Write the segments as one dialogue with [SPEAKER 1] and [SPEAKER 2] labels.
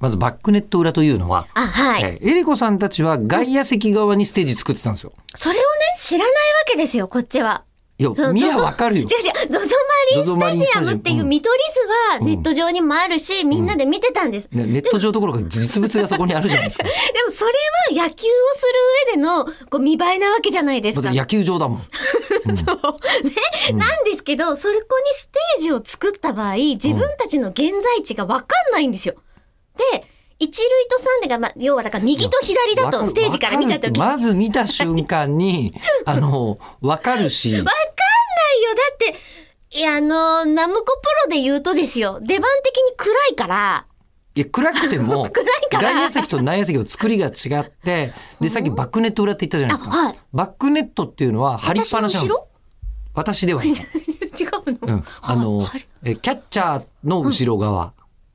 [SPEAKER 1] まずバックネット裏というのは、
[SPEAKER 2] あ、はい。
[SPEAKER 1] えーエリコさんたちは外野席側にステージ作ってたんですよ。
[SPEAKER 2] それをね、知らないわけですよ、こっちは。
[SPEAKER 1] いや
[SPEAKER 2] そ、の
[SPEAKER 1] 見
[SPEAKER 2] ゾ
[SPEAKER 1] や
[SPEAKER 2] ゾ
[SPEAKER 1] わかるよ。
[SPEAKER 2] 違う違う、ゾゾマリンスタジアムってい
[SPEAKER 1] ゾゾマリンスタジアムう
[SPEAKER 2] うん見取り図はネット上にもあるし、みんなで見てたんです。
[SPEAKER 1] ねネット上どころか実物がそこにあるじゃないですか。
[SPEAKER 2] でもそれは野球をする上でのこう見栄えなわけじゃないです
[SPEAKER 1] だ
[SPEAKER 2] か。
[SPEAKER 1] って野球場だもん。
[SPEAKER 2] なんですけど、そこにステージを作った場合、自分たちの現在地がわかんないんですよ。で、一塁と三塁が、まあ、要はだから右と左だ
[SPEAKER 1] わか
[SPEAKER 2] と、
[SPEAKER 1] る
[SPEAKER 2] ステージから見た
[SPEAKER 1] わかる
[SPEAKER 2] 時
[SPEAKER 1] まず見た瞬間 に、あの、わかるし、
[SPEAKER 2] ないよ。だって、いや、あの、ナムコプロで言うとですよ、出番的に暗いから、
[SPEAKER 1] いや暗くて も、
[SPEAKER 2] いから
[SPEAKER 1] 外野席と内野席の作りが違って、で、さっきバックネット裏って言ったじゃないです
[SPEAKER 2] あはい
[SPEAKER 1] か。バックネットっていうのは張りっぱなしなんです。私ではない。
[SPEAKER 2] 違う
[SPEAKER 1] う
[SPEAKER 2] の、
[SPEAKER 1] ん。あの
[SPEAKER 2] はは、
[SPEAKER 1] えキャッチャーの後ろ側、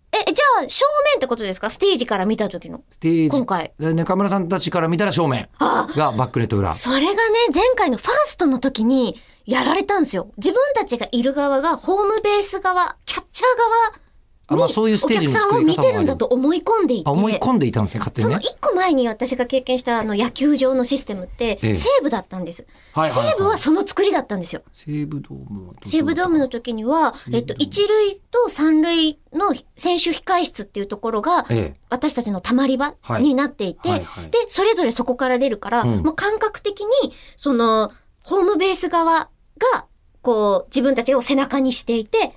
[SPEAKER 2] え、じゃあ、正面ってことですかステージから見た時の。
[SPEAKER 1] ステージ、
[SPEAKER 2] 今回
[SPEAKER 1] え中村さんたちから見たら正面がバックネット裏。
[SPEAKER 2] それがね、前回のファーストの時にやられたんですよ。自分たちがいる側がホームベース側、キャッチャー
[SPEAKER 1] あ
[SPEAKER 2] 側
[SPEAKER 1] まあ
[SPEAKER 2] に
[SPEAKER 1] そういうス
[SPEAKER 2] お
[SPEAKER 1] テージ
[SPEAKER 2] 客
[SPEAKER 1] の
[SPEAKER 2] さんを
[SPEAKER 1] 作り
[SPEAKER 2] 見
[SPEAKER 1] 方もあ
[SPEAKER 2] て
[SPEAKER 1] るよ
[SPEAKER 2] るんだと思い込んでいて。
[SPEAKER 1] あ、思い込んでいたんですね、勝手
[SPEAKER 2] そ
[SPEAKER 1] に
[SPEAKER 2] の
[SPEAKER 1] ね。
[SPEAKER 2] 一個前に私が経験したあの野球場のシステムって
[SPEAKER 1] ええ
[SPEAKER 2] 西武だったんです。
[SPEAKER 1] はいはいはい
[SPEAKER 2] 西武はその作りだったんですよ。
[SPEAKER 1] 西武ドームはどう
[SPEAKER 2] 西武ドームの時には、えっと、一塁と三塁の選手控え室っていうところが
[SPEAKER 1] ええ、
[SPEAKER 2] 私たちのたまり場
[SPEAKER 1] はい
[SPEAKER 2] になっていて、
[SPEAKER 1] はいはい
[SPEAKER 2] で、それぞれそこから出るから、
[SPEAKER 1] うん
[SPEAKER 2] もう感覚的に、その、ホームベース側が、こう、自分たちを背中にしていて、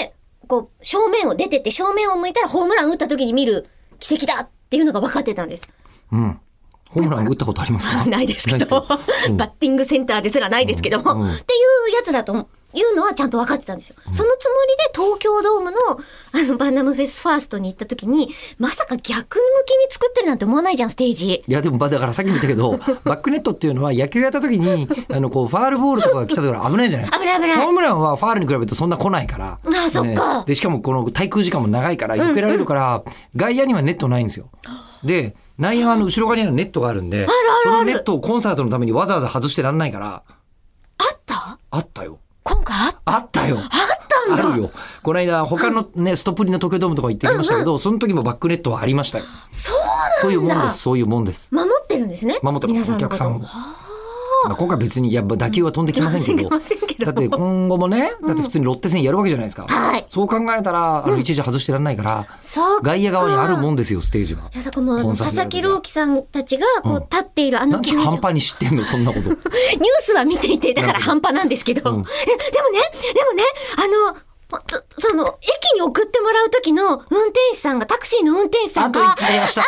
[SPEAKER 2] で、こう、正面を出てって、正面を向いたらホームラン打った時に見る奇跡だっていうのが分かってたんです。
[SPEAKER 1] うん。ホームラン打ったことありますか
[SPEAKER 2] ないですけど、
[SPEAKER 1] ないですけどうん
[SPEAKER 2] バッティングセンターですらないですけども、
[SPEAKER 1] うんうん
[SPEAKER 2] っていうやつだというのはちゃんと分かってたんですよ。そのつもりで東京ドームのあのバンナムフェスファーストに行った時に、まさか逆向きに作ってるなんて思わないじゃん、ステージ。
[SPEAKER 1] いやでもばだからさっきも言ったけ どバックネットっていうのは野球やった時にあのこうファールボールとかが来たところ危ないじゃない
[SPEAKER 2] 危ない危ない
[SPEAKER 1] ホームランはファールに比べるとそんな来ないから
[SPEAKER 2] あそっか
[SPEAKER 1] でしかもこの滞空時間も長いから避けられるから、外野にはネットないんですよで内野はあの後ろ側にあるネットがあるんでそのネットをコンサートのためにわざわざ外してらんないから
[SPEAKER 2] あった
[SPEAKER 1] あったよ
[SPEAKER 2] 今回あっ
[SPEAKER 1] あったよ
[SPEAKER 2] あったんだ
[SPEAKER 1] あるよこの間他のねストップリの東京ドームとか行ってきましたけど、その時もバックネットはありましたよ
[SPEAKER 2] そうなんだ
[SPEAKER 1] そういうもんですそういうもんです
[SPEAKER 2] 守ってるんですね。
[SPEAKER 1] 守ってますお
[SPEAKER 2] 皆
[SPEAKER 1] 客
[SPEAKER 2] さ
[SPEAKER 1] さん
[SPEAKER 2] んの
[SPEAKER 1] を
[SPEAKER 2] こと。。
[SPEAKER 1] まあ、今回別にやっぱ打球は飛んできませんけ
[SPEAKER 2] 飛んで
[SPEAKER 1] ど
[SPEAKER 2] きませんけど
[SPEAKER 1] だって今後もねだって普通にロッテ戦やるわけじゃないですか、
[SPEAKER 2] はい
[SPEAKER 1] そう考えたらあの一時外してらんないから、
[SPEAKER 2] そうか。
[SPEAKER 1] 外野側にあるもんですよステージはい
[SPEAKER 2] やだからもうあの
[SPEAKER 1] コンサー
[SPEAKER 2] 佐
[SPEAKER 1] トや
[SPEAKER 2] 々
[SPEAKER 1] る
[SPEAKER 2] 木
[SPEAKER 1] 時は
[SPEAKER 2] 朗希さんたちがこう立っている
[SPEAKER 1] な
[SPEAKER 2] あの
[SPEAKER 1] んで
[SPEAKER 2] 球場
[SPEAKER 1] 半端に知ってんのそんな こと。
[SPEAKER 2] ニュースは見ていて、だから半端なんですけど。 えでもね、でもね、あの、ほんとその、駅に送ってもらう時の運転手さんが、タクシーの運転手さ
[SPEAKER 1] あ
[SPEAKER 2] ん
[SPEAKER 1] と
[SPEAKER 2] が、
[SPEAKER 1] 1回明日。
[SPEAKER 2] あ